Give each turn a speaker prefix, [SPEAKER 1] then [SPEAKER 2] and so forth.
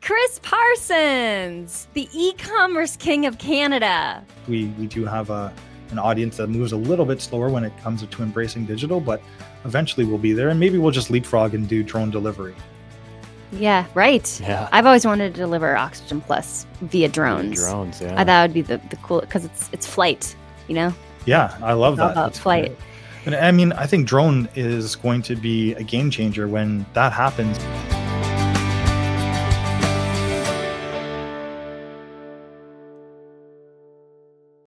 [SPEAKER 1] Chris Parsons, the e-commerce king of Canada.
[SPEAKER 2] We we do have a an audience that moves a little bit slower when it comes to embracing digital, but eventually we'll be there, and maybe we'll just leapfrog and do drone delivery.
[SPEAKER 1] Yeah, right.
[SPEAKER 3] Yeah.
[SPEAKER 1] I've always wanted to deliver Oxygen Plus via drones.
[SPEAKER 3] Drones, yeah.
[SPEAKER 1] I thought would be the, the cool because it's it's flight, you know.
[SPEAKER 2] Yeah, I love
[SPEAKER 1] It's all
[SPEAKER 2] that.
[SPEAKER 1] about
[SPEAKER 2] That's
[SPEAKER 1] flight.
[SPEAKER 2] great. And I mean, I think drone is going to be a game changer when that happens.